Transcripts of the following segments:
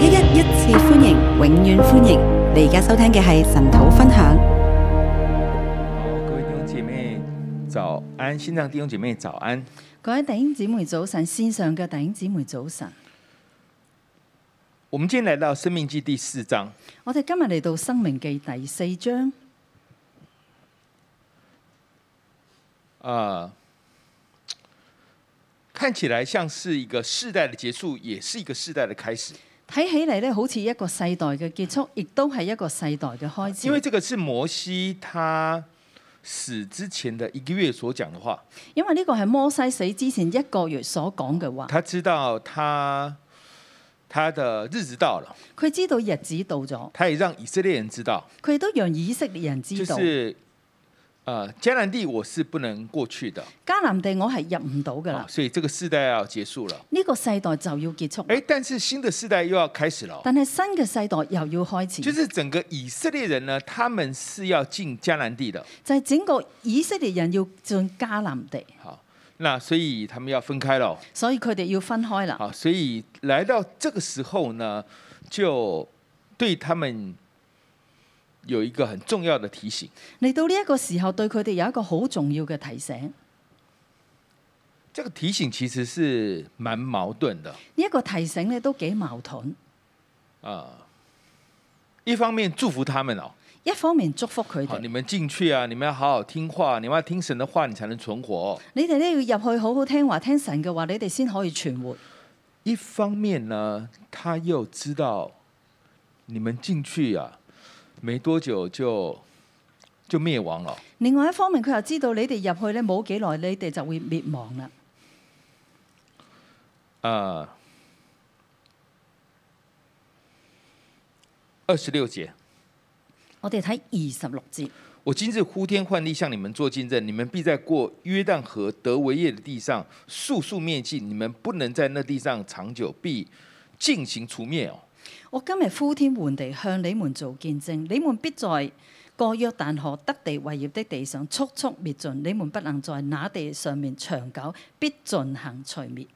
一一一次歡迎，永遠歡迎！你而家收聽嘅係神土分享。好，各位弟兄姐妹，早安！线上弟兄姐妹，早安！各位弟兄姊妹早晨，線上嘅弟兄姊妹早晨。我们今天来到《生命记》第四章，我哋今日嚟到《生命記》第四章，呃，看起来像是一个世代的结束，也是一个世代的开始，睇起嚟咧好似一個世代嘅結束，亦都係一個世代嘅開始。因为这个是摩西他死之前的一个月所讲的话。因為呢個係摩西死之前一個月所講嘅話，他知道他他的日子到了，佢知道日子到咗，他也让以色列人知道，佢都讓以色列人就知道是呃迦南地我是不能过去的，迦南地我係入唔到㗎啦啊，所以这个世代要结束了。呢、個世代就要結束。哎，但是新的世代又要开始了哦，但係新嘅世代又要開始，就是整个以色列人呢，他们是要进迦南地的。就係整個以色列人要進迦南地，好，那所以他们要分开了哦。所以佢哋要分開啦。好，所以来到这个时候呢，就对他们有一个很重要的提醒，嚟到呢一個時候，對佢哋有一個好重要嘅提醒。呢、这个提醒其实是蛮矛盾的一個提醒咧都幾矛盾，啊。一方面祝福他们哦，一方面祝福佢好，你哋，们进去啊，你们要好好听话，你们要听神的话，你才能存活哦、你哋咧要入去好好聽話，聽神嘅話，你哋先可以存活。一方面呢，他又知道你们进去啊，没多久就就灭亡了。另外一方面，佢又知道你哋入去咧冇幾耐，你哋就會滅亡啦。呃，二十六节，我哋睇二十六節，我今日呼天唤地向你们做见证，你们必在过约旦河德维业的地上速速灭尽，你们不能在那地上长久，必进行除灭哦。我今日呼天喚地向你們做見證，你們必在過約旦河得地為業的地上速速滅盡，你們不能在那地上面長久，必進行除滅。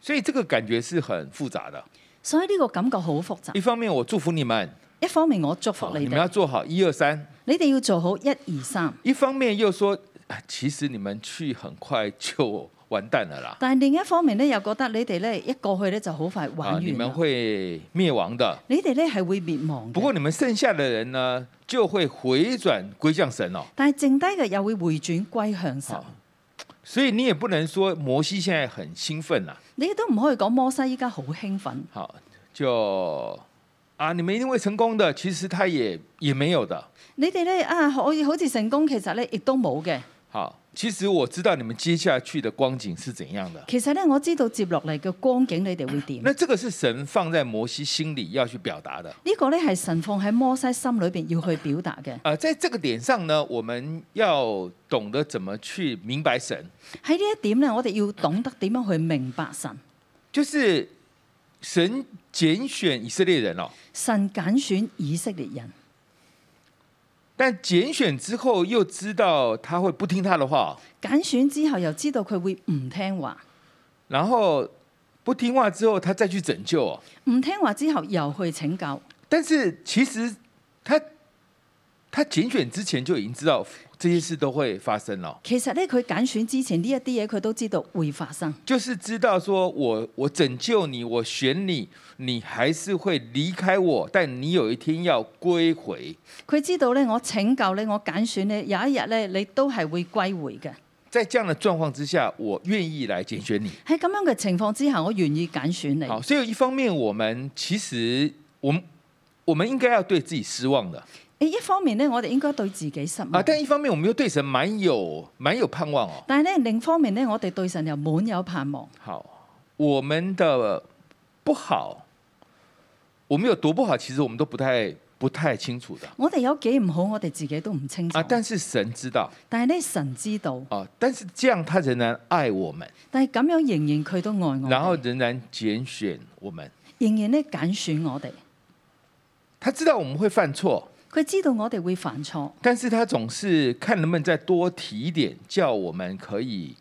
所以这个感觉是很复杂的。所以呢個感覺好複雜一。方面，我祝福你们，一方面我祝福你你们要哋，做好一二三。你哋要做好一二三。一方面又说，啊其实你们去很快就完蛋了啦，但係另一方面咧，又覺得你哋咧一過去咧就好快玩啊，你完们啦。会灭亡的。你哋咧係會滅亡不嘅，过你们剩下的人呢，就会回转归向神哦。但係剩低嘅又會回轉歸向神好。所以你也不能说摩西现在很兴奋啦，你亦都唔可以講摩西依家好興奮，好就啊，你们一定会成功的。其实他也也没有的。你哋咧啊可以好似成功，其實咧亦都冇嘅。好，其实我知道你们接下去的光景是怎样的。其實咧我知道接落嚟嘅光景你哋會點。那这个是神放在摩西心里要去表达的。呢個咧係神放喺摩西心裏邊要去表達嘅。呃，在这个点上呢，我们要懂得怎么去明白神，喺呢一點咧，我哋要懂得點樣去明白神。就是神拣选以色列人哦，神揀選以色列人。但拣选之后又知道他会不听他的话哦，揀選之後又知道佢會唔聽話，然后不听话之后他再去拯救哦。唔聽話之後又去拯救。但是其实他他拣选之前就已经知道这些事都会发生了哦，其實咧，佢揀選之前呢一啲嘢，佢都知道會發生。就是知道说我我拯救你，我选你，你还是会离开我，但你有一天要归回。佢知道咧，我拯救咧，我揀選咧，有一日咧，你都係會歸回嘅。在这样的状况之下，我愿意来拣选你。喺咁樣嘅情況之下，我願意揀選好，你。所以一方面，我们其实我们我们应该要对自己失望的誒，一方面咧，我哋應該對自己失啊，望。但一方面，我们又对神蛮有蛮有盼望哦。但係咧，另一方面咧，我哋對神又滿有盼望。好，我们的不好，我们有多不好，其实我们都不太不太清楚的我哋有幾唔好，我哋自己都唔清楚啊。。但是神知道但係咧，神知道，啊，但是这样他仍然爱我们，但係咁樣仍然佢都愛我然後哋，仍然拣选我们。仍然咧揀選我哋。他知道我们会犯错，佢知道我哋會犯錯，但是他总是看能不能再多提一点，叫我们可以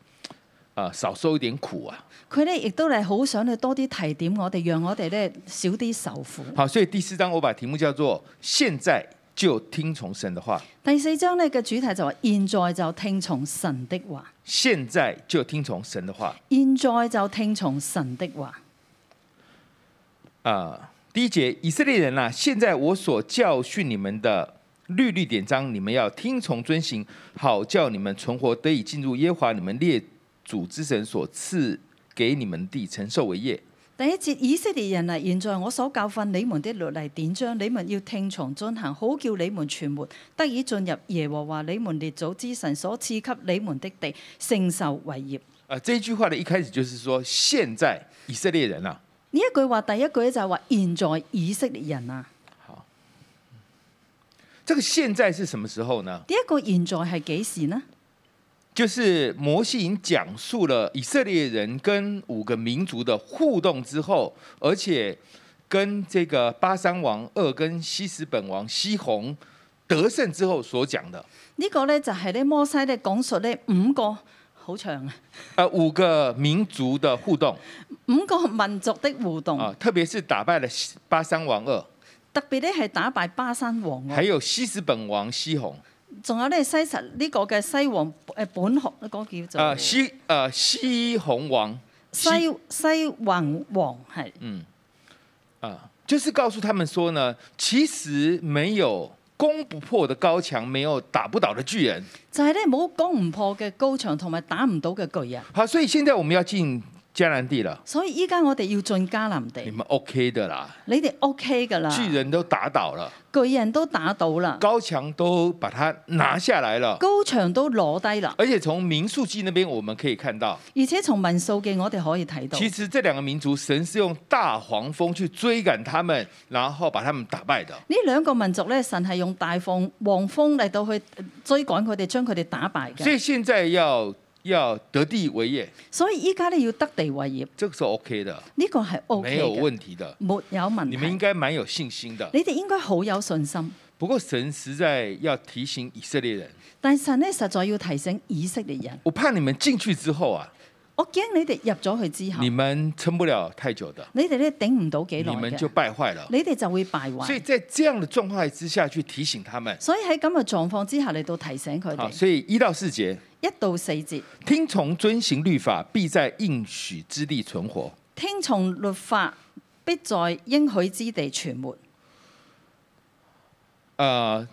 啊、少受一点苦啊。佢咧亦都係好想你多啲提點我哋，讓我哋咧少啲受苦。好，所以第四章我把题目叫做“现在就听从神的话第四章咧嘅主題就話：現在就聽從神的話，”，现在就听从神的话現在就聽從神的話。啊、第一节，以色列人啊，现在我所教训你们的律例典章，你们要听从遵行，好叫你们存活，得以进入耶和华你们列祖之神所赐给你们地，承受为业。第一節，以色列人啊，現在我所教訓你們的律例典章，你們要聽從遵行，好叫你們存活，得以進入耶和華你們列祖之神所賜給你們的地，承受為業。啊、这一句话的一开始就是说，现在以色列人啊，呢一句話第一句咧就係話：現在以色列人啊，这个现在是什么时候呢？呢一個現在係幾時呢？就是摩西已经讲述了以色列人跟五个民族的互动之后，而且跟这个巴山王二跟西什本王西宏得胜之后所讲的，呢個呢，就係咧摩西咧講述呢五個好長啊， 呃，五个民族的互动五個民族的互動，啊、特别是打败了西巴山王二，特別呢係打敗巴山王还喎，有西什本王西宏，仲有呢西實呢個嘅西王誒本學嗰、個叫做、呃，西呃西宏王西西宏王係啊，就是告诉他们说呢，其实没有攻不破的高墙，没有打不倒的巨人。就係咧冇講唔破嘅高牆同埋打唔到嘅巨人，好，所以现在我们要进迦南地了，所以依家我哋要進迦南你啊地，们 OK 的啦，你哋 OK 㗎啦，巨人都打倒了，巨人都打到啦，高墙都把它拿下来了。高牆都攞低啦，而且从民数记那边我们可以看到，而且從民數記我哋可以睇到。其实这两个民族，神是用大黄蜂去追赶他们，然后把他们打败的。呢兩個民族咧，神係用大放黃蜂嚟到去追趕佢哋，將佢哋打敗所嘅。以现在要要得地为业，所以依家咧要得地為業，这个是 OK 的，呢、個係 O 没 K 有嘅，问题的。沒有問你们应題。该蛮有信心的。你哋應該好有信心，不过神实在要提醒以色列人，但神咧實在要提醒以色列人，我怕你们进去之后啊，我驚你哋入咗去之後，你們撐不了太久的，你哋咧頂唔到幾耐你們就嘅，敗壞了。你哋就會敗所以壞。在這樣的狀態之下去提醒他們。所以喺咁嘅狀況之下，嚟到提醒佢好，哋啊所以一到四節，一到四節，聽從遵行律法，必在應許之地存活。聽從律法，必在應許之地存活。呃，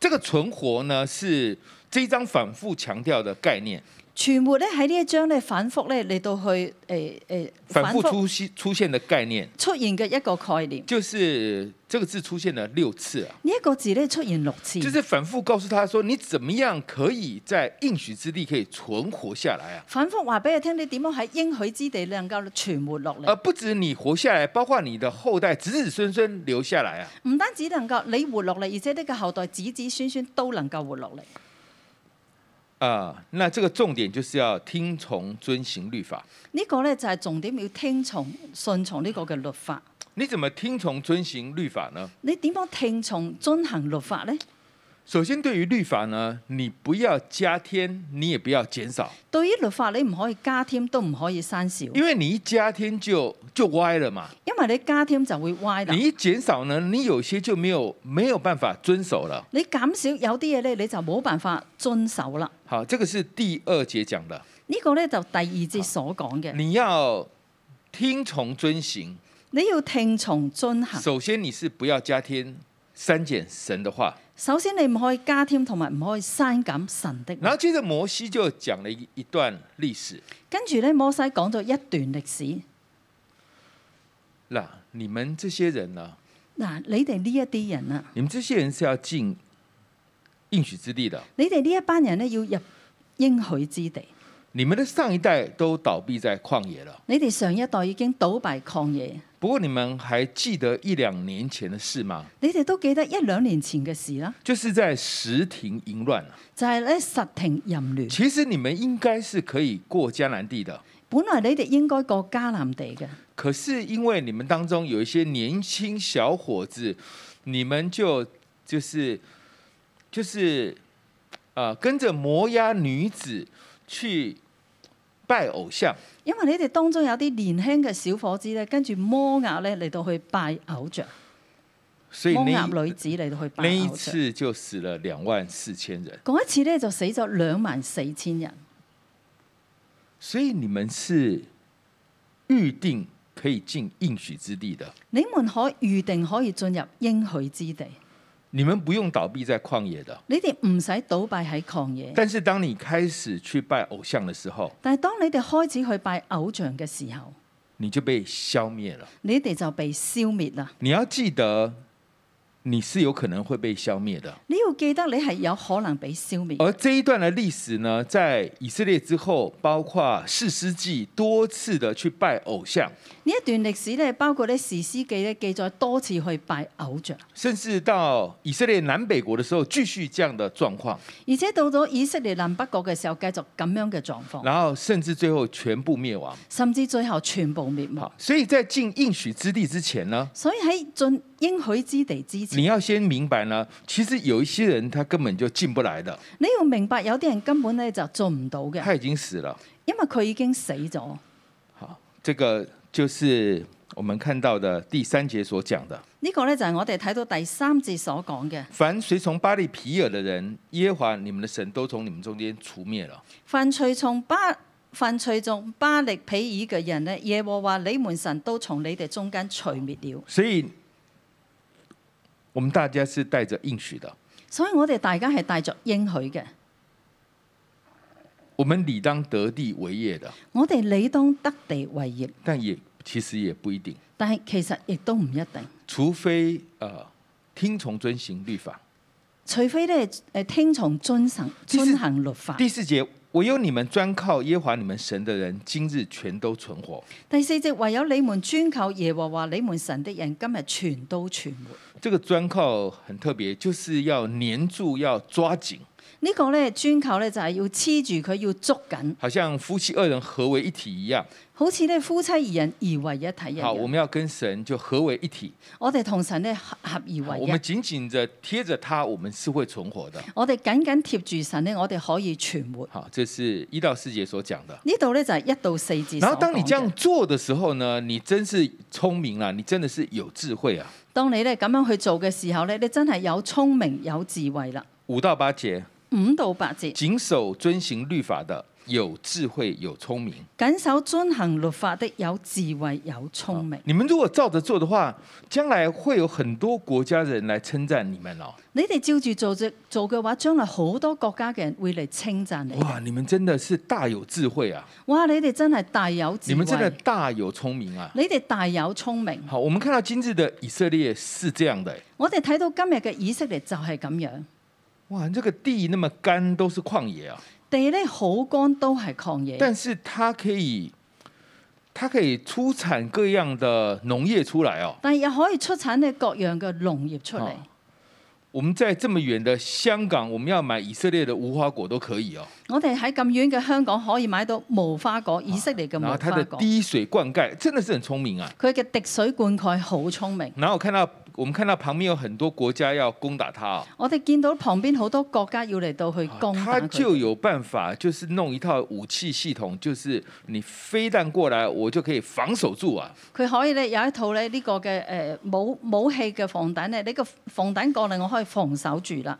這個存活呢，是这一章反覆強調的概念，存活咧喺呢一章咧反覆咧嚟到去誒誒反覆覆出現出現的概念，出現嘅一個概念。就是這個字出現了六次啊。呢一個字咧出現六次，就是反覆告訴他說，你怎麼樣可以在應許之地可以存活下來啊？反覆話俾佢聽，你點樣喺應許之地能夠存活落嚟而？不止你活下来，包括你的后代子子孙孙留下来啊！唔單止能夠你活落嚟，而且呢個後代子子孫孫都能夠活落嚟。啊、那这个重点就是要听从遵行律法。呢、個咧就係重點，要聽從順從呢個嘅律法。你怎么听从遵行律法呢？你點樣聽從遵行律法呢？首先，对于律法呢，你不要加添，你也不要减少，對於律法，你唔可以加添，都唔可以刪少，因为你一加添就就歪了嘛。因為你加添就會歪啦你。一减少呢，你有些就没有没有办法遵守了。你減少有啲嘢咧，你就冇辦法遵守啦。好，这个是第二节讲的，呢、個呢，就第二節所講嘅，你要听从遵行。你要聽從遵行。首先，你是不要加添删减神的话。首先你唔可以加添同埋唔可以刪減神的然話。后接着摩西就讲了一一段历史，跟住咧，摩西講咗一段歷史。那你们这些人呢、啊嗱，你哋呢一啲人啊，你们这些人是要进应许之地的，你哋呢一班人咧要入應許之地。你们的上一代都倒闭在旷野了。你哋上一代已經倒閉抗野，不过你们还记得一两年前的事吗？你哋都記得一兩年前嘅事啦，就是在石亭淫乱啊就係、咧實停淫亂。其实你们应该是可以过迦南地的，本來你哋應該過迦南地嘅，可是因为你们当中有一些年轻小伙子，你们就就是就是呃跟着摩押女子去拜偶像。因為你哋當中有啲年輕嘅小伙子咧，跟住摩押咧嚟到去拜偶像，所以摩押那女子嚟到去那拜一偶像。次就死了两万四千人。嗰一次咧就死咗兩萬四千人。所以你们是预定可以进应许之地的，你們可預定可以進入應許之地，你们不用倒闭在旷野的。你哋唔使倒閉喺曠野。但是当你開始去拜偶像的時候，但係當你哋開始去拜偶像嘅時候，你就被消滅了。你哋就被消滅啦。你要記得，你是有可能會被消滅的。你要記得你係有可能被消滅。而這一段的歷史呢，在以色列之後，包括士師記多次的去拜偶像，呢一段歷史咧，包括咧《士師記》咧記載多次去拜偶像，甚至到以色列南北國的時候，繼續這樣的狀況，而且到咗以色列南北國嘅時候，繼續咁樣嘅狀況，然後甚至最後全部滅亡。甚至最後全部滅亡好。，所以在進應許之地之前呢，所以喺進應許之地之前你，要先明白呢，其實有一些人他根本就進不來的，你要明白有啲人根本咧就做唔到嘅，他已經死了。因為佢已經死咗。好，这个就是我们看到的第三节所讲的：呢、個呢，就係我哋睇到第三節所講嘅，凡随从巴利皮尔的人，耶和华你们的神都從你们中間除滅了。凡隨從巴凡隨從巴力皮爾嘅人呢，耶和華你們神都從你哋中間除滅了。所以，我們大家是帶着應許的，所以我哋大家係帶着應許嘅，我們理當得地為業的，我哋理當得地為業，但也其實也不一定，但係其實亦都唔一定，除非呃聽從遵行律法。除非咧誒聽從遵行其實遵行律法。第四節，唯有你們專靠耶和華你們神的人，今日全都存活。第四節，唯有你們專靠耶和華你們神的人，今日全都存活。這個專靠很特別，就是要黏住，要抓緊。呢個咧專靠咧就係要黐住佢，要捉緊，好像夫妻二人合为一体一樣。好似咧夫妻二人而為一體一好，我樣。們要跟神就合为一體。我哋同神咧合合而為我們一，緊緊着貼着他，我們是會存活的。我哋緊緊貼住神咧，我哋可以存活。好，這是一到四節所講的。呢度咧就係一到四節所然後當你講這樣嘅。做的時候呢，你真是聰明啦，你真的是有智慧啊。當你咧咁樣去做嘅時候咧，你真係有聰明有智慧啦。五到八節，五到八節，謹守遵行律法的，有智慧有聰明。緊守遵行律法的有智慧有聰明。啊你們如果照着做的話，將來會有很多國家人來稱讚你們哦。你哋照住做只做嘅話，將來好多國家嘅人會嚟稱讚你。哇，你們真的是大有智慧啊！哇！你哋真係大有你智慧們，真的大有聰明啊！你哋大有聰明。好，我們看到今日的以色列是這樣的、欸我哋睇到今日嘅以色列就係咁樣，哇，这個地那麼乾，都是曠野啊，地咧好乾都係曠野，但是它可以，它可以出產各樣的農業出來哦。但係又可以出產咧各樣嘅農業出嚟。啊我們在這麼遠的香港，我們要買以色列的無花果都可以哦。我哋喺咁遠嘅香港可以買到無花啊果，以色列嘅無然後它花的果。滴水灌溉真的是很聰明啊。佢嘅滴水灌溉好聰明。然後我看到，我們看到旁邊有很多國家要攻打它哦，我哋見到旁邊好多國家要嚟到去攻打它啊就佢，有辦法，就是弄一套武器系統，就是你飛彈過來，我就可以防守住啊。佢可以咧有一套咧呢個嘅呃誒武武器嘅防彈咧，呢個防彈過嚟我可以防守住啦。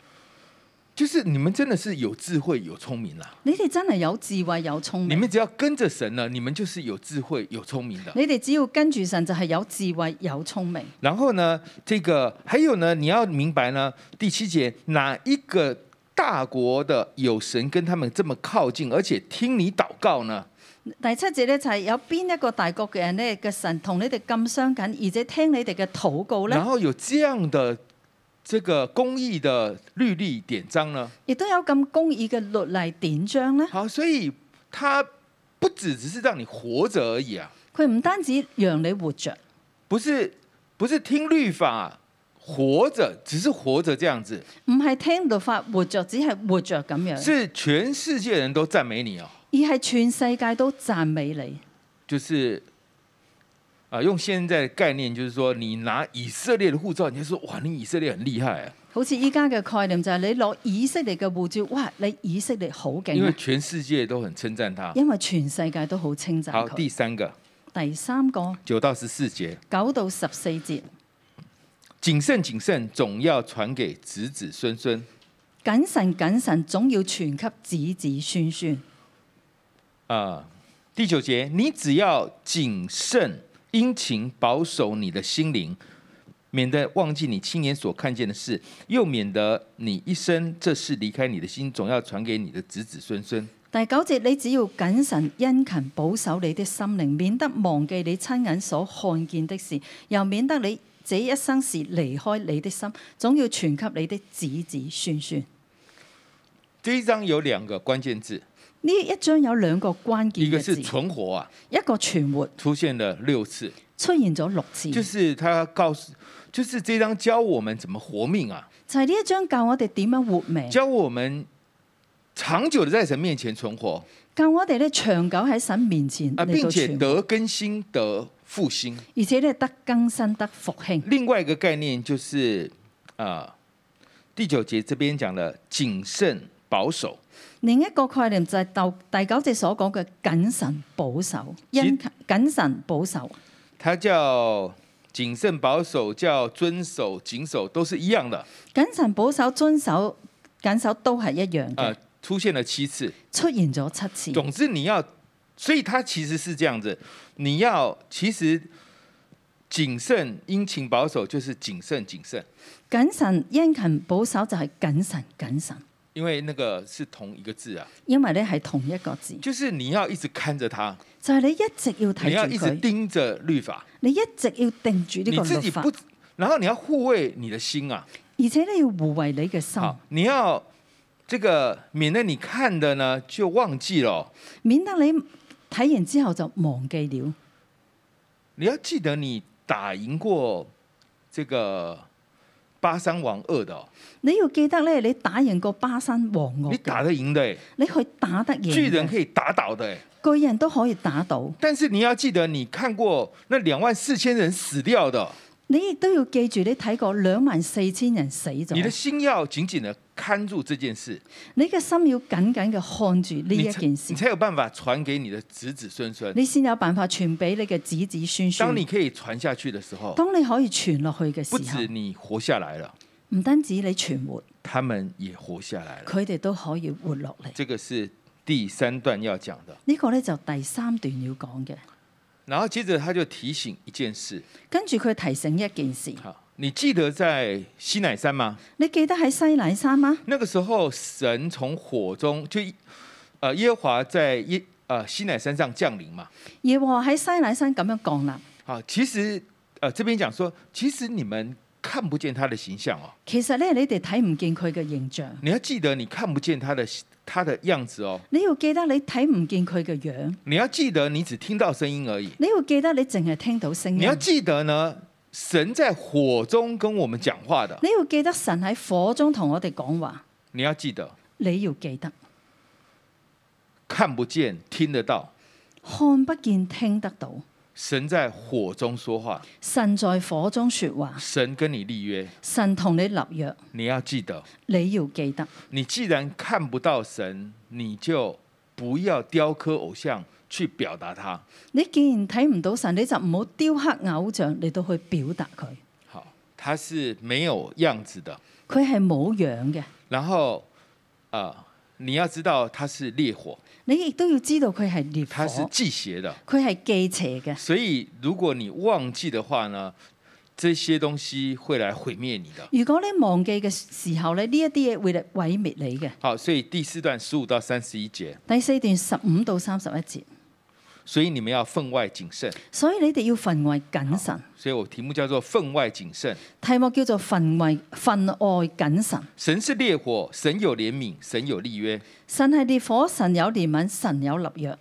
就是你們真的是有智慧、有聰明啦。你哋真係有智慧有聰你明，們只要跟着神呢，你們就是有智慧、有聰明的。你哋只要跟住神就係有智慧有聰明。然后呢，这个还有呢，你要明白呢，第七节哪一个大国的有神跟他们这么靠近，而且听你祷告呢？第七節咧就係有邊一個大國嘅人咧嘅神同你哋咁相近，而且聽你哋嘅禱告然咧，后有这样的这个公益的律例典章呢？亦都有咁公義嘅律例典章咧。好，所以他不只只是让你活着而已啊，佢唔單止讓你活着，不是不是听律法活着，只是活着这样子。唔係聽律法活着，只係活着咁樣。是全世界人都赞美你哦，而係全世界都讚美你。就是啊、用现在的概念就是说，你拿以色列的护照，你就说哇，你以色列很厉害、啊，好似依家嘅概念就係你攞以色列嘅護照，哇！你以色列好勁因为啊，全世界都很称赞他。因為全世界都好稱讚好，佢。第三个第三個九到十四节，九到十四節，谨慎谨慎，总要传给子子孙孙。謹慎謹慎，總要傳給子子孫孫。啊、第九节，你只要谨慎殷勤保守你的心灵，免得忘记你亲眼所看见的事，又免得你一生这事离开你的心，总要传给你的子子孙孙。第九節，你只要謹慎殷勤保守你的心靈，免得忘記你親眼所看見的事，又免得你這一生是離開你的心，總要傳給你的子子孫孫。这一章有两个关键字，呢一章有兩個關鍵一嘅个字是，存活啊，一個存活出現了六次，出現咗六次，就就是他告诉，就是这张教我们怎么活命啊，係呢一章教我哋點樣活命，教我们长久的在神面前存活教我哋咧長久喺神面前啊，嚟并到且存活，得更新得复兴。而且咧得更新得復興。另外一个概念就是啊、第九节这边讲了谨慎保守，另一個概念就係第第九節所講嘅謹慎保守，其殷勤謹慎保守。它叫谨慎保守，叫遵守、谨守都是一样的，謹慎保守遵守謹守都係一樣嘅，呃，出现了七次。出現咗七次。总之你要，所以它其实是这样子，你要其实谨慎、殷勤、保守，就是谨慎、谨慎，謹慎殷勤保守就係謹慎謹慎，因为那个是同一个字啊，因為咧係同一個字，就是你要一直看着它，就係、你一直要你要睇一住直佢，盯着律法，你一直要定住呢你個自律己法不，，然后你要护卫你的心啊。而且咧要護衛你嘅心，好，你要这个免得你看的呢就忘记了哦，免得你睇完之後就忘記了。你要记得你打赢过这个巴山王二的、哦，你要記得咧，你打贏過巴山王你惡，打得赢的欸，你去打得巨贏人嘅，可以打倒的欸。巨人都可以打到。但是你要记得，你看过那两万四千人死掉的哦，你亦都要記住，你睇過兩萬四千人死咗。你的心要紧紧的看住这件事，你嘅心要緊緊嘅看住呢你一才件事你，才有办法传给你的子子孙孙。你先有辦法傳俾你嘅子子孫孫。当你可以传下去的时候，當你可以傳落去嘅不時止候，你活下来了，唔單止你存活，他们也活下来了。佢哋都可以活落嚟。这个是第三段要讲的。呢、個呢，就第三段要講嘅。然后接着他就提醒一件事，跟住佢提醒一件事，好，你記得在西乃山嗎？你記得喺西乃山嗎？那個時候神從火中就，呃，耶和華在耶呃西乃山上降臨嘛。耶和華喺西乃山咁樣降臨。好，其實呃這邊講說，其實你們看不見他的形象哦，其實咧，你哋睇唔見佢嘅形象，你要記得你看不見他的他的樣子哦，你要記得你睇唔見佢嘅樣，你要記得你只聽到聲音而已，你要記得你淨係聽到聲音你，要記得呢，神在火中跟我們講話的，你要記得神喺火中同我哋講話，你要記得你要記得看不見聽得到，看不見聽得到，神在火中說話。神在火中說話，神跟你立约，神同你立約，你要记得，你要記得。你既然看不到神，你就不要雕刻偶像去表达它。你既然睇唔到神，你就唔好雕刻偶像嚟到去表達佢，好，它是没有样子的。佢係冇樣嘅。然后，呃，你要知道它是烈火，你亦都要知道佢係烈它是火，忌邪的。佢係忌邪嘅。所以，如果你忘记的话呢，这些东西会来毁灭你的。如果你忘記嘅時候咧，呢一啲嘢會嚟毀滅你嘅。好，所以第四段十五到三十一节，第四段十五到三十一節，所以你们要分外谨慎。所以你哋要分外謹慎。所以我题目叫做“分外谨慎”。題目叫做分外分外謹慎。神是烈火，神有怜悯，神有立约，神係烈火，神有憐憫，神有立約，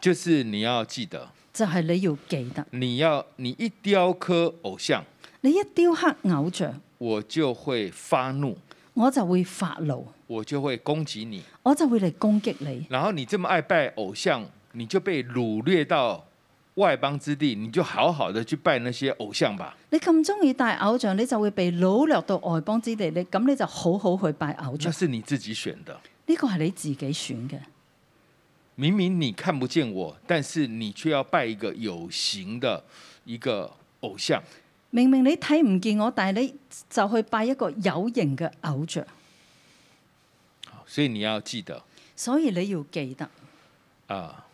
就是你要记得，就係、你要記得。你要你一雕刻偶像，你一雕刻偶像，我就会发怒，我就會發怒，我就会攻击你。我就會嚟攻擊你。然后你这么爱拜偶像，你就被掳掠到外邦之地，你就好好的去拜那些偶像吧。你咁中意拜偶像，你就會被掳掠到外邦之地。你咁你就好好去拜偶那像。是你自己选的，呢個係你自己選嘅。明明你看不见我，但是你却要拜一个有形的一个偶像。明明你睇唔見我，但係你就去拜一個有形嘅偶像。所以你要记得所以你要記得，啊、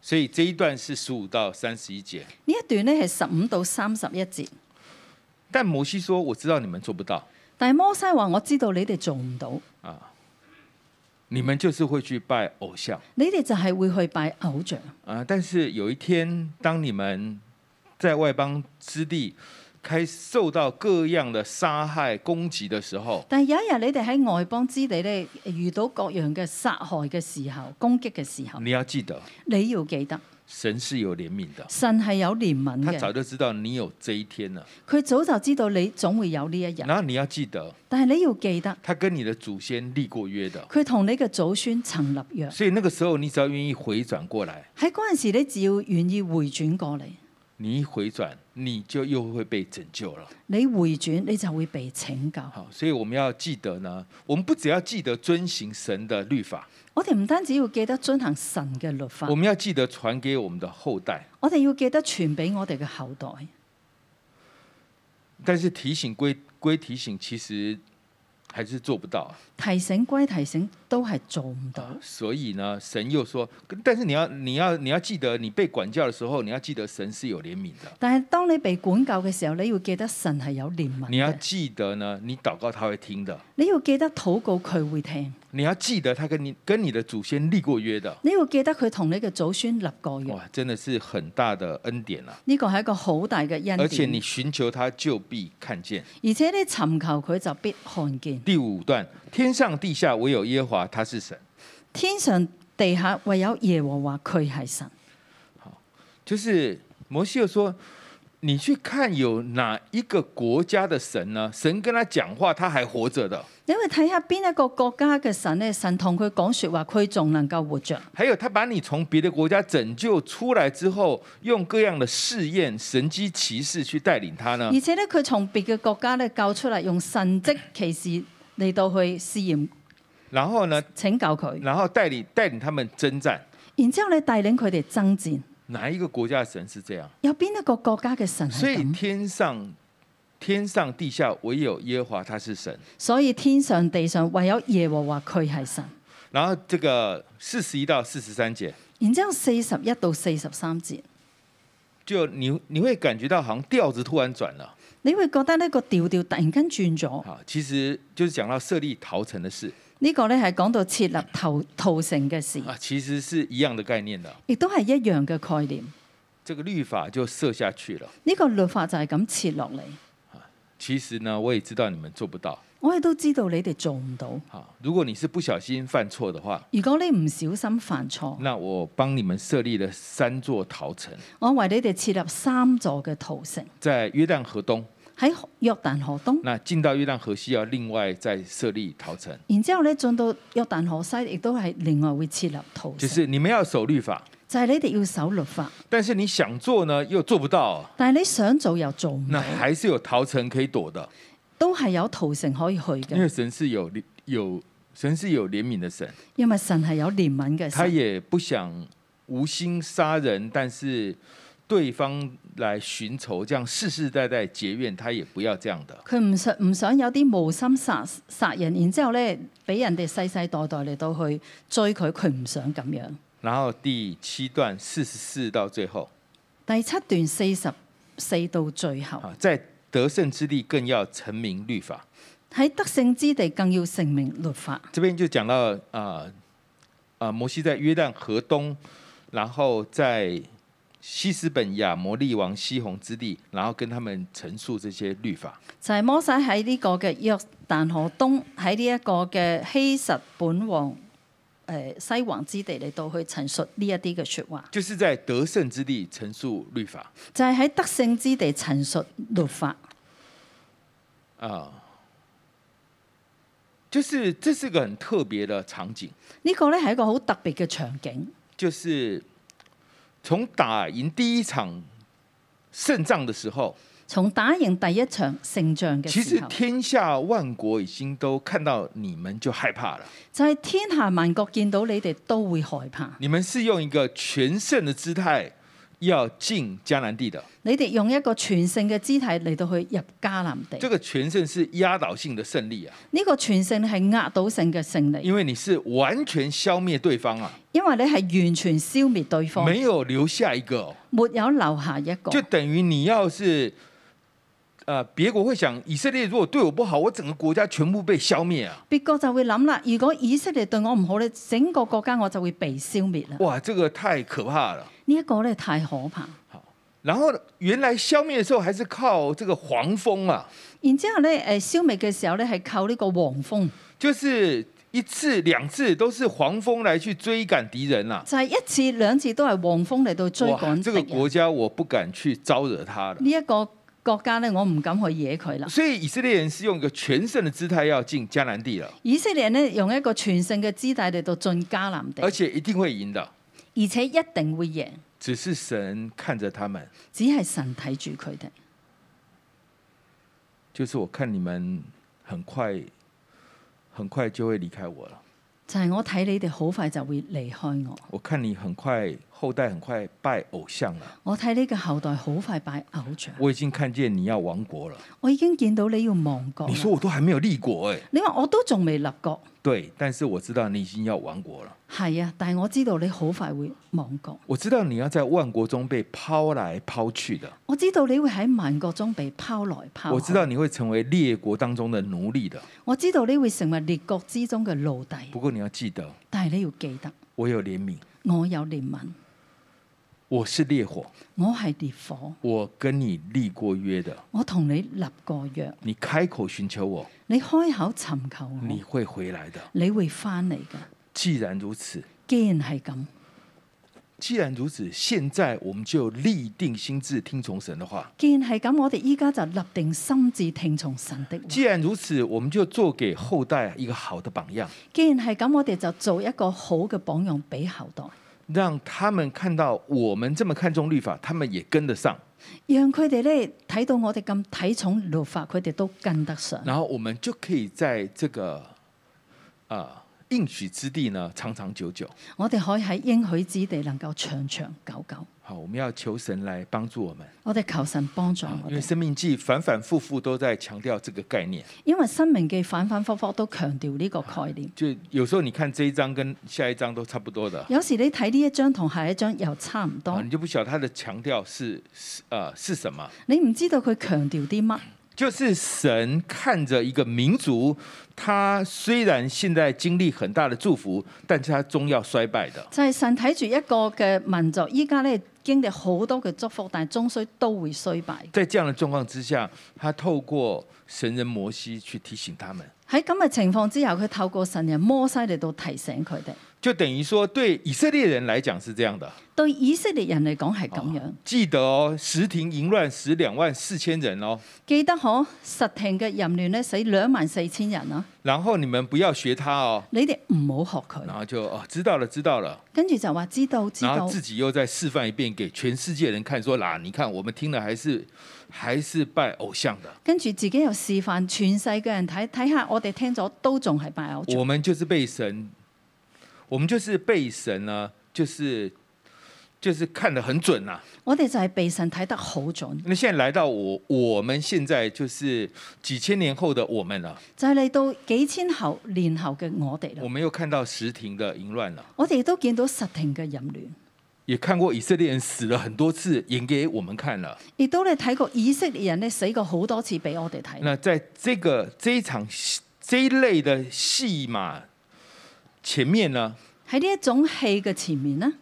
所以这一段是十五到三十一节。呢一段呢係十五到三十一節。但摩西说：“我知道你们做不到但係摩西話：我知道你哋做唔到，啊，你们就是会去拜偶像你哋就係會去拜偶像。啊。但是有一天，当你们在外邦之地开始受到各样的杀害攻击的时候，但係有一日你哋喺外邦之地咧遇到各樣嘅殺害嘅時候、攻擊嘅時候，你要記得，你要記得神是有憐憫的，神係有憐憫他早嘅，就知道你有这一天了。佢早就知道你總會有呢一日。然后你要記得，但係你要記得，他跟你的祖先立过约的，佢同你嘅祖孫曾立約。所以那个時候你只要愿意回轉過來，喺嗰陣時，你只要願意回轉過嚟，你一回轉，你就又會被拯救了。你回轉你就會被拯救。好，所以我们要記得呢，我们不只要記得遵行神的律法，我哋唔單止要記得遵行神嘅律法我，們要記得傳給我們的後代。我哋要記得傳俾我哋嘅後代。但是提醒歸歸提醒，其實還是做不到。啊提醒歸提醒，都係做唔到。所以呢，神又说，但是你要你要你要記得，你被管教的時候，你要記得神是有憐憫的。但係當你被管教嘅時候，你要記得神係有憐憫你要嘅，記得呢，你禱告他會聽的。你要記得禱告佢會聽，你要記得他跟你跟你的祖先立過約的。你要記得佢同你嘅祖孫立過約。哇，真的是很大的恩典啊！呢個係一個好大嘅恩而且你典，尋求他就必看見。而且你尋求佢就必看見。第五段，天上地下唯有耶和華，他是神。天上地下唯有耶和華，佢係神。就是摩西又说，你去看有哪一个国家的神呢？神跟他讲话，他还活着的。你會睇下邊一個國家嘅神咧，神同佢講説話，佢仲能夠活着。还有他把你从别的國家拯救出來之後，用各樣的試驗、神機骑士去帶領他呢？而且咧，佢從別嘅國家咧救出嚟，用神蹟奇事嚟到去試驗然後呢，拯救佢。然後帶領帶領他們征戰。然之後咧，帶領佢哋爭戰。哪一個國家的神是這樣？有邊一個國家嘅神所係以咁？天上天上地下唯有耶和華他是神。所以天上地上唯有耶和華佢係神。然後這個四十一到四十三節，然之後四十一到四十三節，就你你會感覺到好像調子突然轉了。你會覺得呢個調調突然間轉咗。好，其實就是講到設立逃城的事呢、個呢係講到設立逃逃城嘅事，啊，其實是一樣的概念的。亦都係一樣嘅概念。這個律法就設下去了。呢、個律法就係咁設落嚟。其實呢，我也知道你們做不到。我哋都知道你哋做唔到。好，如果你是不小心犯錯的话，如果你唔小心犯錯，那我帮你们设立了三座逃城，我為你哋設立三座嘅逃城，在约旦河东，喺約旦河東，那进到约旦河西要另外再设立逃城，然之後咧進到約旦河西，亦都係另外會設立逃就城。是你们要守律法，就係你哋要守律法，但是你想做呢又做不到，但係你想做又做唔那到，还是有逃城可以躲的，都係有逃城可以去因嘅，为神是有有神是有怜悯的神，因為神係有憐憫嘅他神，也不想无心杀人，但是对方来寻仇，这样世世代代结怨，他也不要这样的。佢唔想唔想有啲無心殺殺人，然之後咧俾人哋世世代代嚟到去追佢，佢唔想咁樣。然后第七段四十四到最后第七段四十四到最後。啊，在得胜之地更要成名律法。喺得勝之地更要成名律法。这边就讲到啊啊、摩西在约旦河东，然后在西斯本亚摩利王西宏之地，然后跟他们陈述这些律法。就係、摩西喺呢個嘅約旦河東，喺呢一個嘅希實本王誒、呃西王之地嚟到去陳述呢一啲嘅説話，就是在得胜之地陈述律法就係、喺得勝之地陳述律法。啊、就是这是个很特别的场景，呢個呢係一個好特別嘅場景。就是从打赢第一场胜仗的时候，從打贏第一場勝仗嘅其時实候，天下万国已经都看到你们就害怕了。就係、天下萬國見到你哋都會害怕。你们是用一个全胜的姿态要进迦南地的，你哋用一個全勝嘅姿態嚟到去入迦南地，这个全胜是压倒性的胜利啊，呢、個全勝係壓倒性嘅勝利，因为你是完全消灭對方啊，因為你係完全消滅對方，没有留下一個哦、沒有留下一個。就等于你要是。呃，别国会想，以色列如果对我不好，我整個國家全部被消滅啊！別國就會諗啦，如果以色列對我唔好咧，整個國家我就會被消滅啦。哇，這個太可怕了。呢、一個咧太可怕。然後原來消滅的時候還是靠這個黃蜂啊，然之後咧，誒消滅嘅時候咧係靠呢個黃蜂，就是一次兩次都是黃蜂來去追趕敵人啊。就係、一次兩次都係黃蜂嚟到追哇，趕這個敵人。國家我不敢去招惹他了。呢一個國家咧，我唔敢去惹佢啦。所以以色列人是用一個全勝的姿態要進迦南地了，以色列人咧用一個全勝嘅姿態嚟到進迦南地，而且一定會贏的。而且一定會贏，只是神看着他們，只係神睇住佢哋。就是我看你們很快，很快就會離開我了。就係、我睇你哋好快就會離開我，我看你很快後代很快拜偶像了，我睇呢個後代好快拜偶像，我已經看見你要亡國了。我已經見到你要亡國你啦。說我都還沒有立國哎、你話我都仲未立國，对，但是我知道你已經要亡國了，係啊，但係我知道你好快會亡國，我知道你要在萬國中被拋來拋去的，我知道你會喺萬國中被拋來拋去。我知道你會成為列國當中的奴隸的。我知道你會成為列國之中嘅奴隸，不過你要記得，但係你要記得，我有憐憫，我有憐憫，我是烈火，我係烈火，我跟你立過約的。我同你立過約，你開口尋求我，你開口尋求我，你你會回來的。會翻嚟嘅。既然如此，既然係咁，既然如此，現在我們就立定心智，聽從神的話。既然係咁，我哋依家就立定心志，聽從神的話。既然如此，我們就做給後代一個好的榜樣，既然係咁，我哋就做一個好嘅榜樣俾後代，讓他們看到我們這麼看重律法，他們也跟得上。讓佢哋咧睇到我哋咁睇重律法，佢哋都跟得上。然后我们就可以在这个呃应许之地呢长长久久。我哋可以喺應許之地能夠長長久久。好，我们要求神来帮助我们，啊我哋求神幫助我因为《哋。生命记》反反复复都在强调这个概念。因為《生命記》反反覆覆都強調呢個概念。就有时候你看這一章跟下一章都差不多的，有時你睇呢一章同下一章又差唔啊，多你，就不晓得它的强调是是呃是什么。你唔知道佢強調啲乜，就是神看着一个民族，他虽然现在经历很大的祝福，但是他终要衰败的。就係神睇住一個嘅民族，依家咧經歷好多嘅祝福，但係終須都會衰敗。在这样的状况之下，他透过神人摩西去提醒他们，喺咁嘅情況之下，佢透過神人摩西嚟到提醒佢哋。就等于说对以色列人来讲是这样的。對以色列人嚟講啊係咁樣，记得哦，十庭淫乱死两万四千人哦，記得可實停嘅淫亂咧死兩萬四千人啊！然后你们不要学他哦，你哋唔好學佢然，後就哦知道了知道了，跟住就話知道知然道后，自己又再示范一遍给全世界人看，说啦，你看我们听了还是还是拜偶像的，跟住自己又示範全世嘅人睇睇下，我哋聽咗都仲係拜偶像。我们就是被神，我们就是被神呢、就是就是看得很准呐、我哋就係被神睇得好準，那现在来到我我们现在就是几千年后的我们了，就係嚟到幾千後年後嘅我哋我啦。们又看到十庭的淫乱了。我哋亦都見到實停嘅淫亂，也看过以色列人死了很多次，演给我们看了。亦都咧睇過以色列人咧死過好多次俾我哋睇。那在这个这一场戏这一类的戏码前面呢，喺呢一種戲嘅前面呢，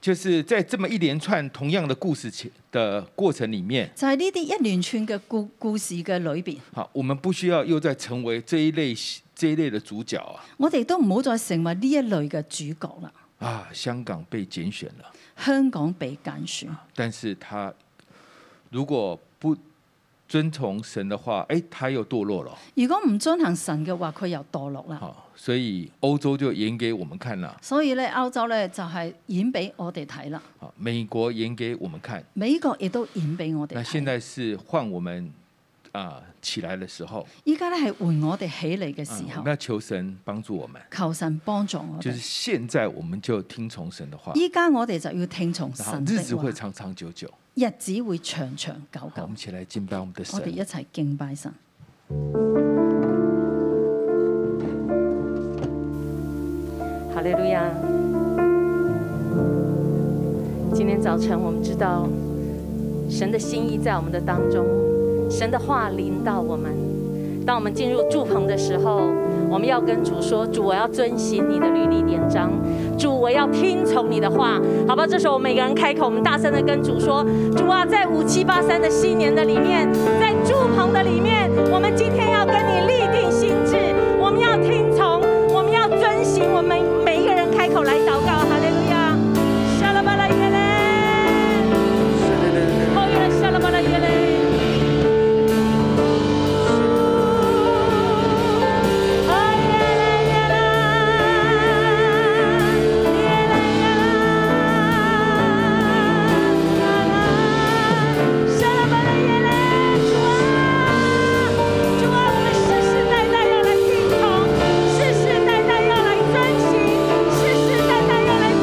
就是在这么一连串同样的故事前的过程里面，就係呢啲一連串嘅故故事嘅裏邊，好，我们不需要又再成为这一类戏这一类的主角啊我哋都唔好再成為呢一類嘅主角啦。啊！香港被拣选了，啊香港被揀選，但是他如果不遵从神的话，哎，他又堕落了。如果唔遵行神嘅話，佢又墮落啦。好，所以欧洲就演给我们看了，所以咧，歐洲咧就係演俾我哋睇啦，好，美国演给我们看。美國亦都演俾我哋那现睇。在是换我们啊、起来的时候，依家咧係換我哋起嚟嘅啊時我候们，要求神帮助我们，求神幫助我就是哋。现在我们就听从神的话，依家我哋就要聽從然后神日的子会話，长长久久。日子會長長久好，我久们一。起来敬拜我们的我哋一神。齊敬拜神。哈利路亚！今天早晨，我们知道神的心意在我们的当中，神的话领导我们。当我们进入住棚的时候，我们要跟主说：“主，我要遵行你的律例典章，主，我要听从你的话。”好吧，这时候我们每个人开口，我们大声的跟主说：“主啊，在五七八三的新年的里面，在住棚的里面，我们今天要跟你立定心志，我们要听从，我们要遵行。我们每一个人开口来祷告，哈利路亚！沙拉巴拉耶嘞，后院沙拉巴拉耶嘞。”主啊，我们世世代代要来听从，世世代代要来遵行，世世代代要 oh, e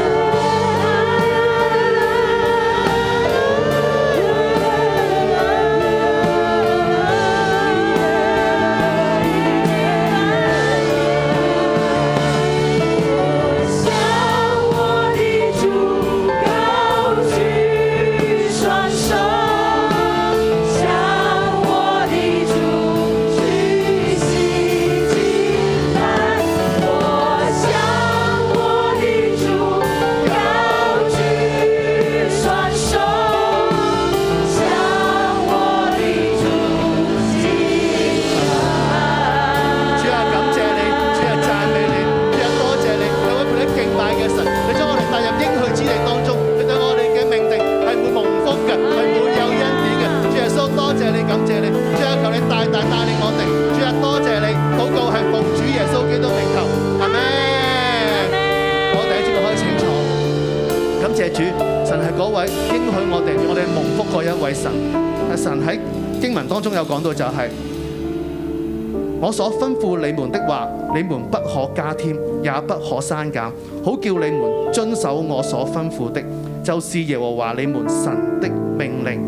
e Oh, 感謝主，神係嗰位應許我哋，我哋蒙福嗰一位神。啊神喺經文當中有講到就係、我所吩咐你們的話，你們不可加添，也不可刪減，好叫你們遵守我所吩咐的，就是耶和華你們神的命令。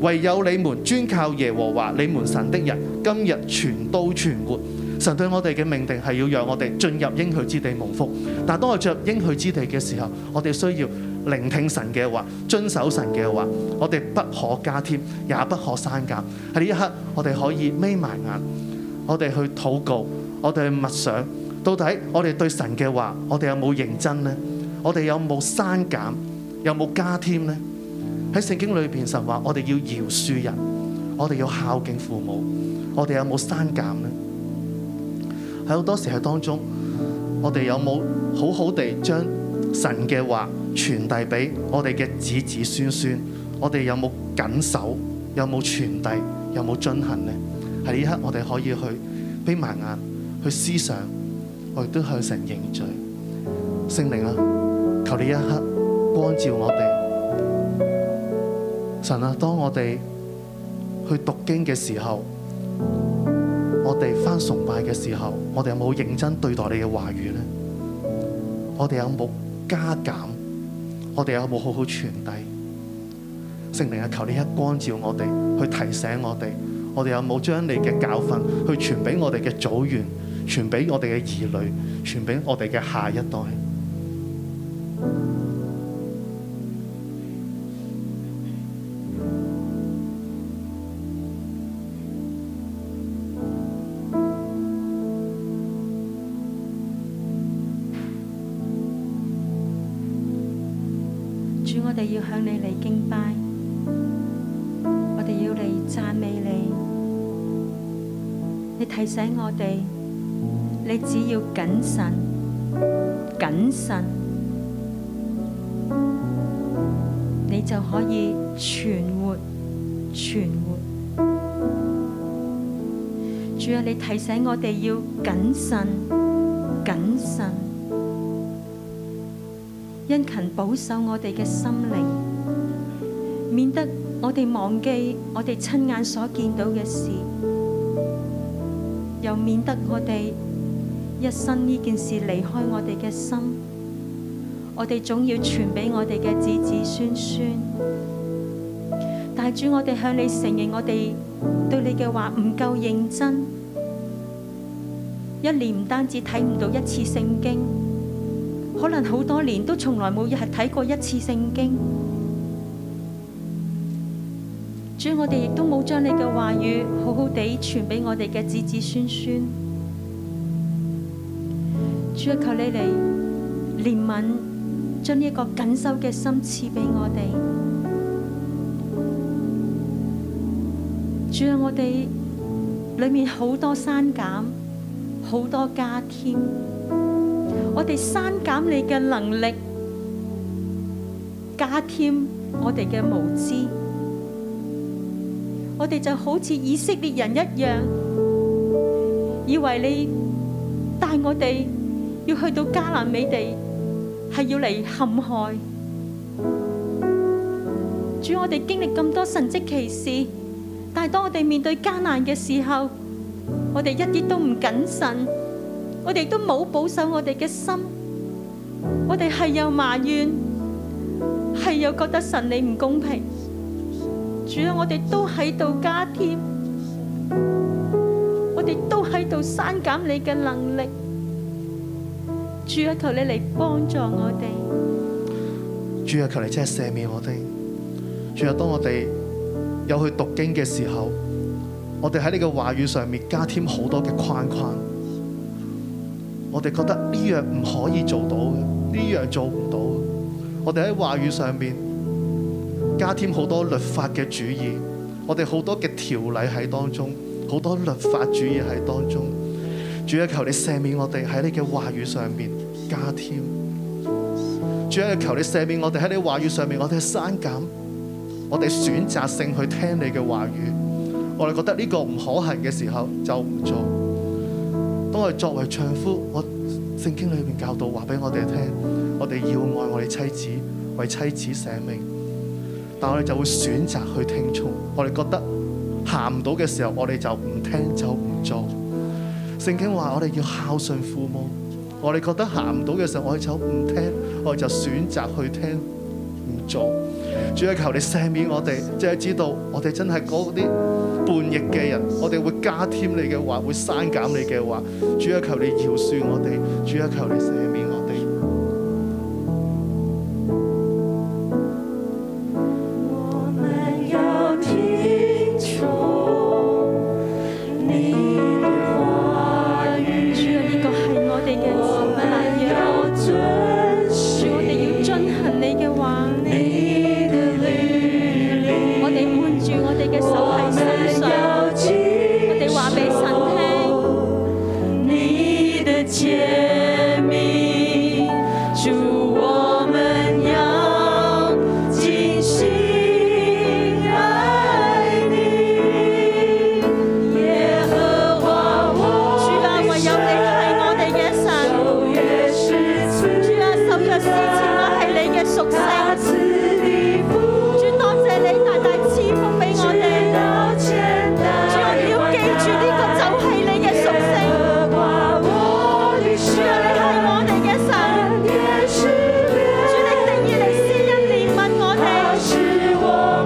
唯有你們專靠耶和華你們神的人，今日全都存活。神對我哋嘅命定係要讓我哋進入應許之地蒙福，但係當我進入應許之地嘅時候，我哋需要聆聽神嘅話，遵守神嘅話，我哋不可加添，也不可刪減。喺呢一刻，我哋可以眯埋眼，我哋去禱告，我哋去默想，到底我哋對神嘅話，我哋有冇認真呢？我哋有冇刪減？有冇加添呢？喺聖經裏邊，神話我哋要饒恕人，我哋要孝敬父母，我哋有冇刪減呢？喺好多時喺當中，我哋有冇好好地將神嘅話傳遞俾我哋嘅子子孫孫？我哋有冇緊守？有冇傳遞？有冇進行呢？喺呢一刻，我哋可以去眯埋眼去思想，我亦都向神認罪。聖靈啊，求你一刻光照我哋。神啊，當我哋去讀經嘅時候，我哋翻崇拜嘅時候，我哋有冇認真對待你嘅話語呢？我哋有冇加減？我哋有冇好好傳遞？聖靈啊，求你一光照我哋，去提醒我哋，我哋有冇將你嘅教訓去傳俾我哋嘅祖源，傳俾我哋嘅兒女，傳俾我哋嘅下一代？主，我哋要向你嚟敬拜，我哋要嚟讚美你。你提醒我哋，你只要謹慎，謹慎，你就可以存活，存活。主啊，你提醒我哋要謹慎，謹慎。殷勤保守我哋嘅心靈，免得我哋忘記我哋親眼所見到嘅事，又免得我哋一生呢件事離開我哋嘅心。我哋總要傳俾我哋嘅子子孫孫。大主，我哋向你承認，我哋對你嘅話唔夠認真，一年唔單止睇唔到一次聖經。可能好多年都從來冇日睇過一次聖經。主，我哋亦都冇將你嘅話語好好地傳俾我哋嘅子子孫孫。主啊，求你嚟憐憫，將呢一個緊守嘅心賜俾我哋。主啊，我哋裏面好多刪減，好多加添。我哋刪減你嘅能力，加添我哋嘅無知。我哋就好似以色列人一樣，以為你帶我哋要去到迦南美地，係要嚟陷害。主，我哋經歷咁多神蹟奇事，但係當我哋面對艱難嘅時候，我哋一啲都唔謹慎。我哋都冇保守我哋嘅心，我哋係有埋怨，係有覺得神你唔公平。主啊，我哋都喺度加添，我哋都喺度刪減你嘅能力。主啊，求你嚟幫助我哋。主啊，求你真係赦免我哋。主啊，當我哋有去讀經嘅時候，我哋喺你嘅話語上面加添好多嘅框框，我哋覺得呢樣唔可以做到嘅，呢樣做唔到嘅。我哋喺話語上面加添好多律法嘅主義，我哋好多嘅條例喺當中，好多律法主義喺當中。主啊，求你赦免我哋喺你嘅話語上面加添。主啊，求你赦免我哋喺你話語上面，我哋刪減，我哋選擇性去聽你嘅話語。我哋覺得呢個唔可行嘅時候就唔做。當我哋作為丈夫，我聖經裏面教導話俾我哋聽，我哋要愛我哋妻子，為妻子捨命。但我哋就會選擇去聽從，我哋覺得行唔到嘅時候，我哋就唔聽就唔做。聖經話我哋要孝順父母，我哋覺得行唔到嘅時候，我哋就唔聽，我哋就選擇去聽唔做。主啊，求你赦免我哋，即係知道我哋真係嗰啲叛逆嘅人，我哋會加添你嘅話，會刪減你嘅話。主啊，求你饒恕我哋，主啊，求你赦免我哋。我们要听从你的话语，主啊，呢個係我哋嘅我们盟約。要遵主，我哋要循遵行你嘅話，你的律令，我哋按住我哋嘅手喺身我们上，要我哋話俾神聽。听你的诫命，主我们要尽心爱你，耶和华我主啊，唯有你係我哋嘅神。守约是主慈啊，守約施前我係啊你嘅屬大性。慈的父，主多謝你大大賜福俾我直哋。到千主，我哋代要万記住呢個就代。係你嘅屬性。主啊，你係我哋嘅神。主，你定義你施恩憐憫我哋。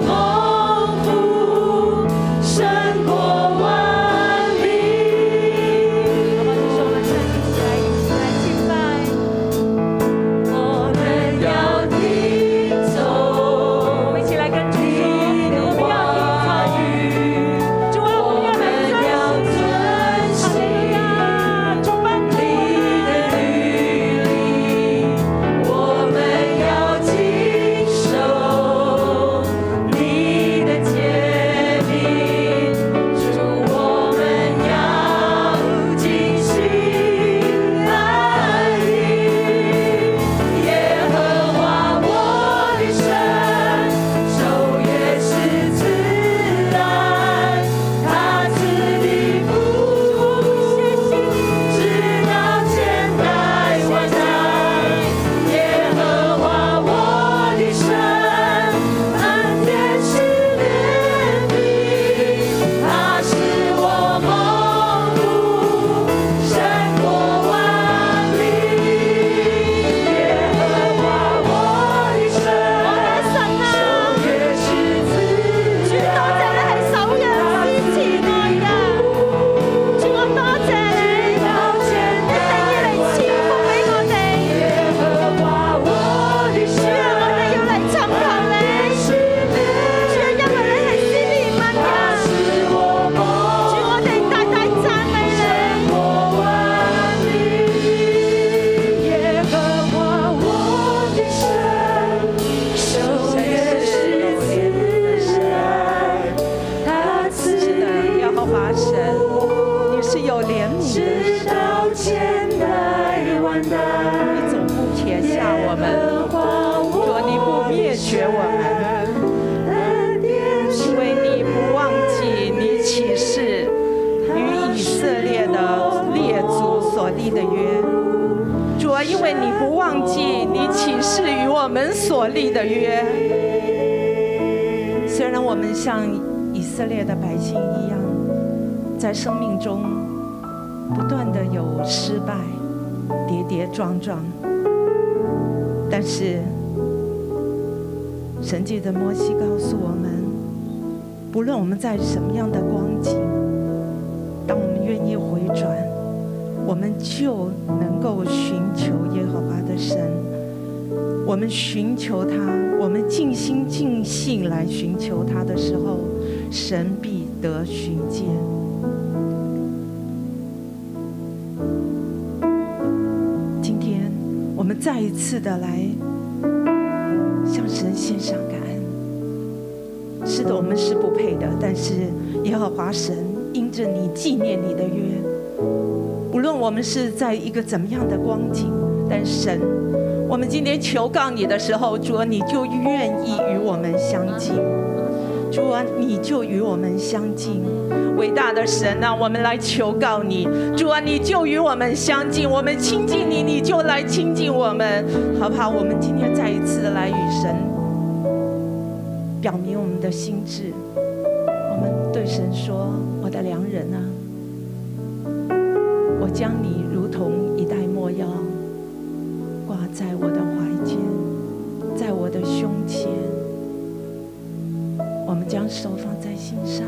我们要谨守你的诫命，主，我们要尽心爱你。耶和华我的神，昼夜是慈爱，他赐的福，直到千代万代。耶和华我的神，恩典是怜悯，他使我蒙福，胜过万里。耶和华我的神，守约是慈爱，他赐福，直到千代万代。耶和华我的神，是你，他使我蒙胜过万民。耶和华我的神，守约是慈爱，他赐是的，耶和华神，你是有怜悯的直神，到千代万代。你总不撇下我们，主你不灭绝我们，因为你不忘记你起誓与以色列的列祖所立的约。主啊，因为你不忘记你起誓与我们所立的约，虽然我们像以色列的百姓一样，在生命中不断的有失败、跌跌撞撞，但是神记得摩西告诉我们，不论我们在什么样的光景，当我们愿意回转，我们就能够寻求耶和华的神。我们寻求他，我们尽心尽性来寻求他的时候，神必得寻见。今天我们再一次的来向神献上感恩。是的，我们是不配的，但是耶和华神因着你纪念你的约，无论我们是在一个怎么样的光景，但神，我们今天求告你的时候，主啊，你就愿意与我们相近。主啊，你就与我们相近。伟大的神啊，我们来求告你，主啊，你就与我们相近，我们亲近你，你就来亲近我们，好不好？我们今天再一次的来与神表明我们的心智，我们对神说：“我的良人啊，我将你如同一袋墨药挂在我的怀间，在我的胸前。”我们将手放在心上，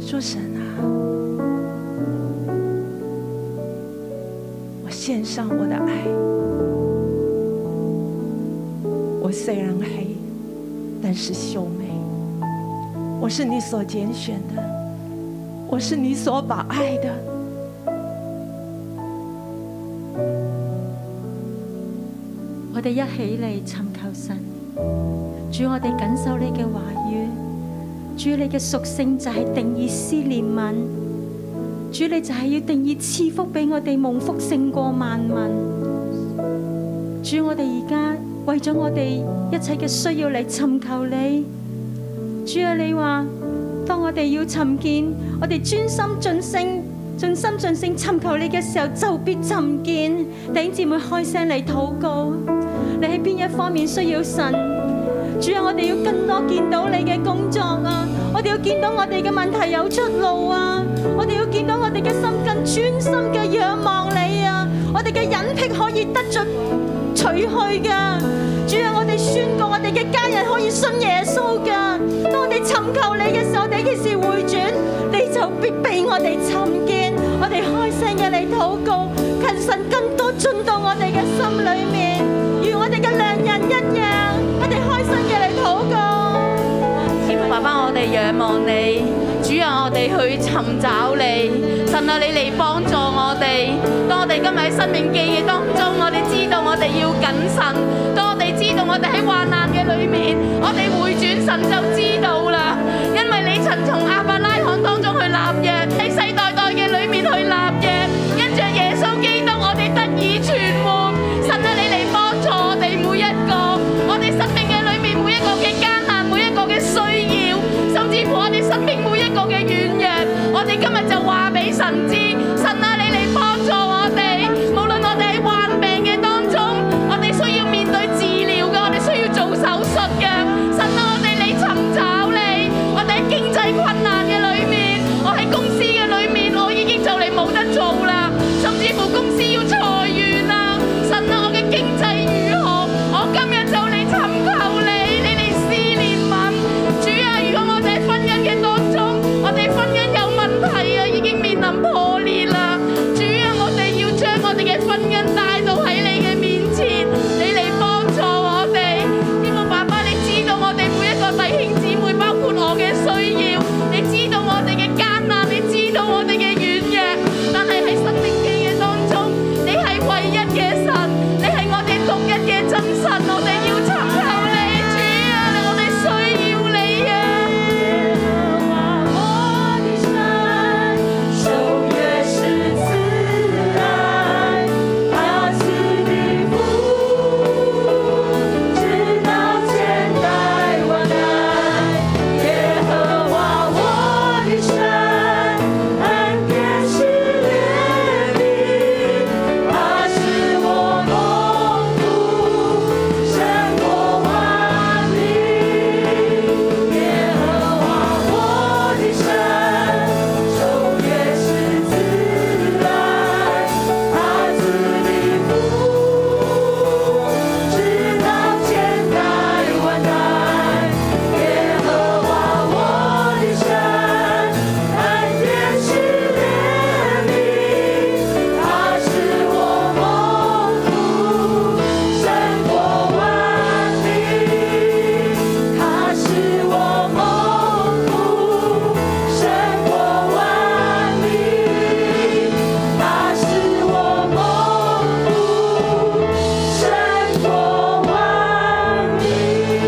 说：“神啊，我献上我的爱。我虽然黑，但是秀美。我是你所拣选的，我是你所把爱的。我哋一起嚟尋求神，主我哋謹守你嘅話語，主你嘅屬性就係定義思憐憫，主你就係要定義賜福俾我哋，蒙福勝過萬民。主我哋而家為咗我哋一切嘅需要嚟尋求你，主啊你話，當我哋要尋見，我哋專心盡性。盡心盡性尋求你嘅時候，就必尋見。弟兄姊妹開聲嚟禱告。你喺邊一方面需要神？主啊，我哋要更多見到你嘅工作啊！我哋要見到我哋嘅問題有出路啊！我哋要見到我哋嘅心更專心嘅仰望你啊！我哋嘅隱癖可以得盡除去噶。主啊，我哋宣告我哋嘅家人可以信耶穌噶。當我哋尋求你嘅時候，我哋件事回轉，你就必俾我哋尋見。我哋開聲嘅嚟禱告，求神更多進到我哋嘅心裏面，如我哋嘅良人一樣。我哋開聲嘅嚟禱告。天父爸爸，我哋仰望你，主啊，我哋去尋找你，神啊，你嚟幫助我哋。當我哋今日喺生命記憶當中，我哋知道我哋要謹慎；當我哋知道我哋喺患難嘅裏面，我哋回轉神就知道啦。因為你曾從亞伯拉罕當中去立約，喺世代代嘅裏面去立約，因着耶穌基督，我哋得以存活。神啊，你嚟幫助我哋每一個，我哋生命嘅裏面每一個嘅艱難，每一個嘅需要，甚至乎我哋生命每一個嘅軟弱，我哋今日就話俾神知，神啊，你嚟幫助我哋。無論我哋喺患病嘅當中，我哋需要面對自啊啊啊啊啊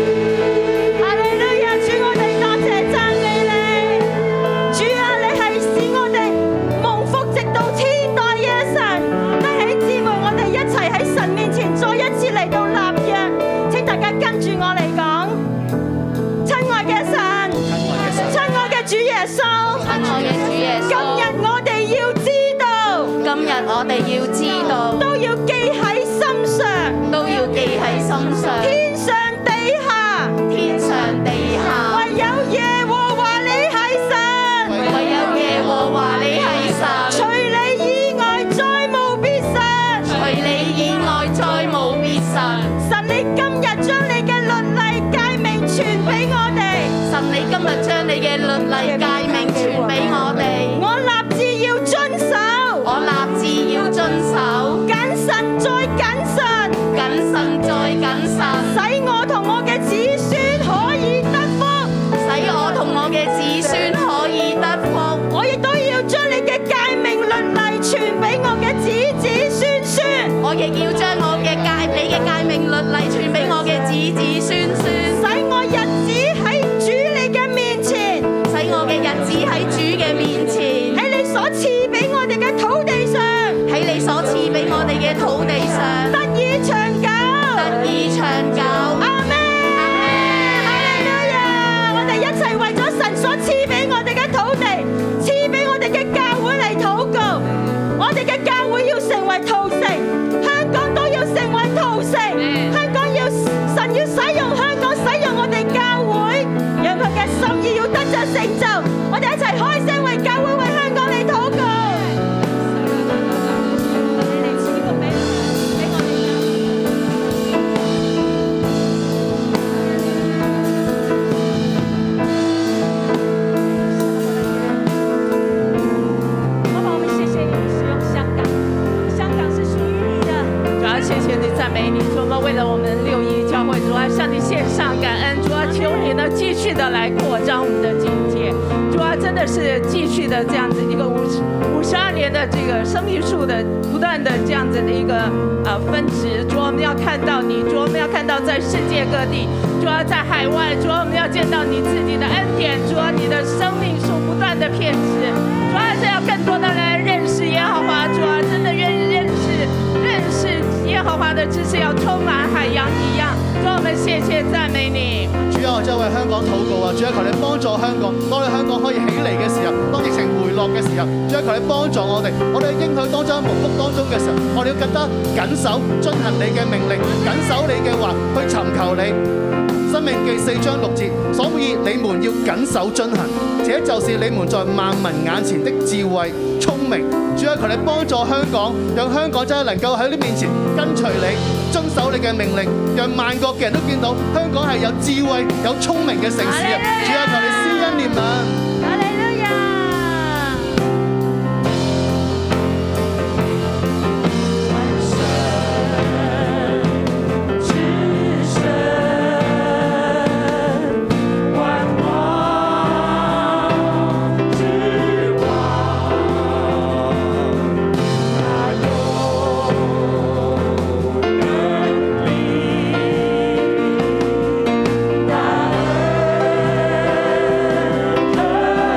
身上，天上地下，天上地下，唯有耶和華你係神，唯有耶和華你係除神，你以外再無別神。除你以外再無別神。神，你今日將你嘅律例誡命傳俾我哋，神，你今日將你嘅律例誡命傳俾我哋，我立志要遵守，我立志要遵守，謹慎再謹慎，謹慎再謹慎，使我同我嘅子孫可以得福。使我同我嘅子孫可以得福。我亦都要將你嘅誡命律例傳俾我嘅子子孫孫，我亦要將我嘅戒你嘅戒命律例傳俾我嘅子子孫孫，使我日子喺主你嘅面前，使我嘅日子喺主嘅面前，喺你所賜俾我哋嘅土地上喺你所賜俾我哋嘅土地上得以長久。得以長久。阿咩？哈利路亞！我哋一齊為咗神所賜俾我哋嘅土地，賜俾我哋嘅教會嚟禱告。我哋嘅教會要成為陶城，香港都要成為陶城。香港要神要使用香港，使用我哋教會，讓佢嘅心意要得着成就。我哋一齊開聲為教會為香港嚟禱告。爸爸，我们谢谢你使用香港，香港是属于你的。主要谢谢你赞美你，主啊，为了我们六一教会，主啊，向你献上感恩，主啊，求你呢继续的来扩张我们的境界，主啊，真的是继续的这样子一个五十五十二年的这个生命树的不断的这样子的一个呃分值，主啊，我们要看到你，主啊，我们要看到在世界各地，主啊，在海外，主啊，我们要见到你自己的恩典，主啊，你的生命树不断的骗值，主啊，是要更多的来认识耶和华，主啊，真的愿意认识。认识耶和华的知识要充满海洋一样。主，我们谢谢赞美你。主啊，我真係為香港禱告啊！主啊，求你幫助香港，當你香港可以起嚟嘅時候，當疫情回落嘅時候，主啊，求你幫助我哋，我哋應許當中喺蒙福當中嘅時候，我哋要更加緊守遵行你嘅命令，緊守你嘅話，去尋求你。生命記四章六節，所以你們要緊守遵行，這就是你們在萬民眼前的智慧聰明。主啊，求你幫助香港，讓香港真係能夠喺你面前跟隨你，遵守你嘅命令，讓萬國嘅人都見到香港係有智慧、有聰明嘅城市啊！主啊，求你施恩憐憫。哈利路亞！我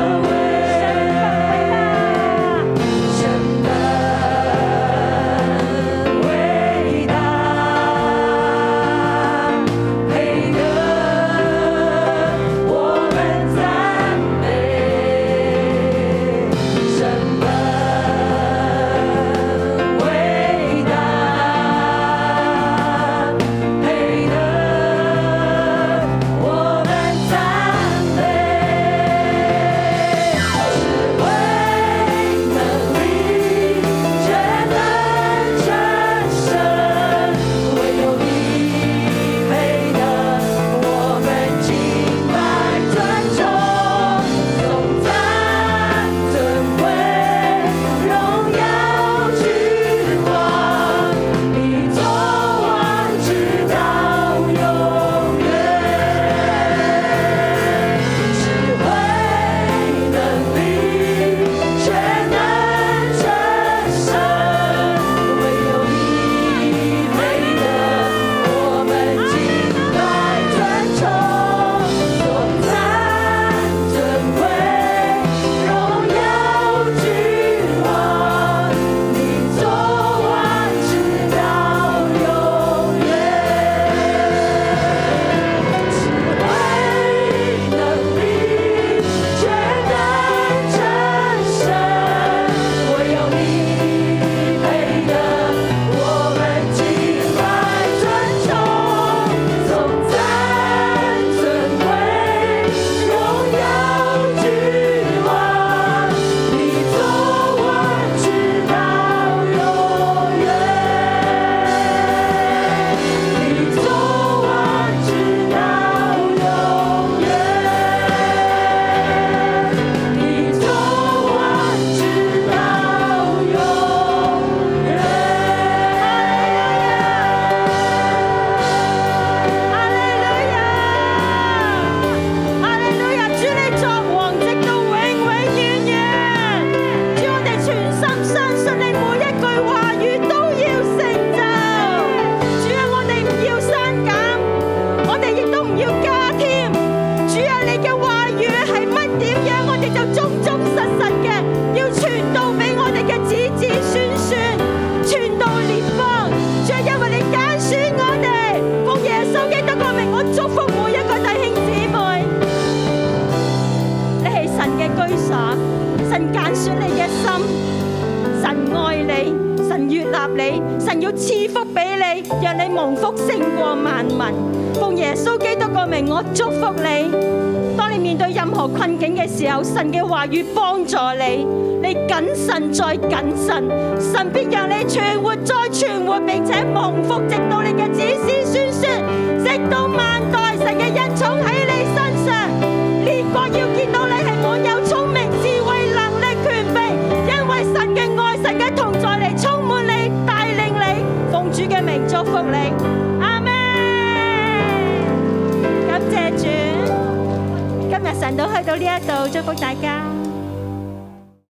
神要赐福俾你，让你蒙福胜过万民。奉耶稣基督个名，我祝福你。当你面对任何困境嘅时候，神嘅话语帮助你，你谨慎再谨慎，神必让你存活再存活，并且蒙福，直到你嘅子子孙孙，直到万代。神嘅恩宠喺你身上，列国要见到你系满有聪明、智慧、能力、权柄，因为神嘅爱、神嘅同在嚟充满你、带领你。奉主嘅名祝福你，阿门。感謝主，今日神都去到呢一度，祝福大家。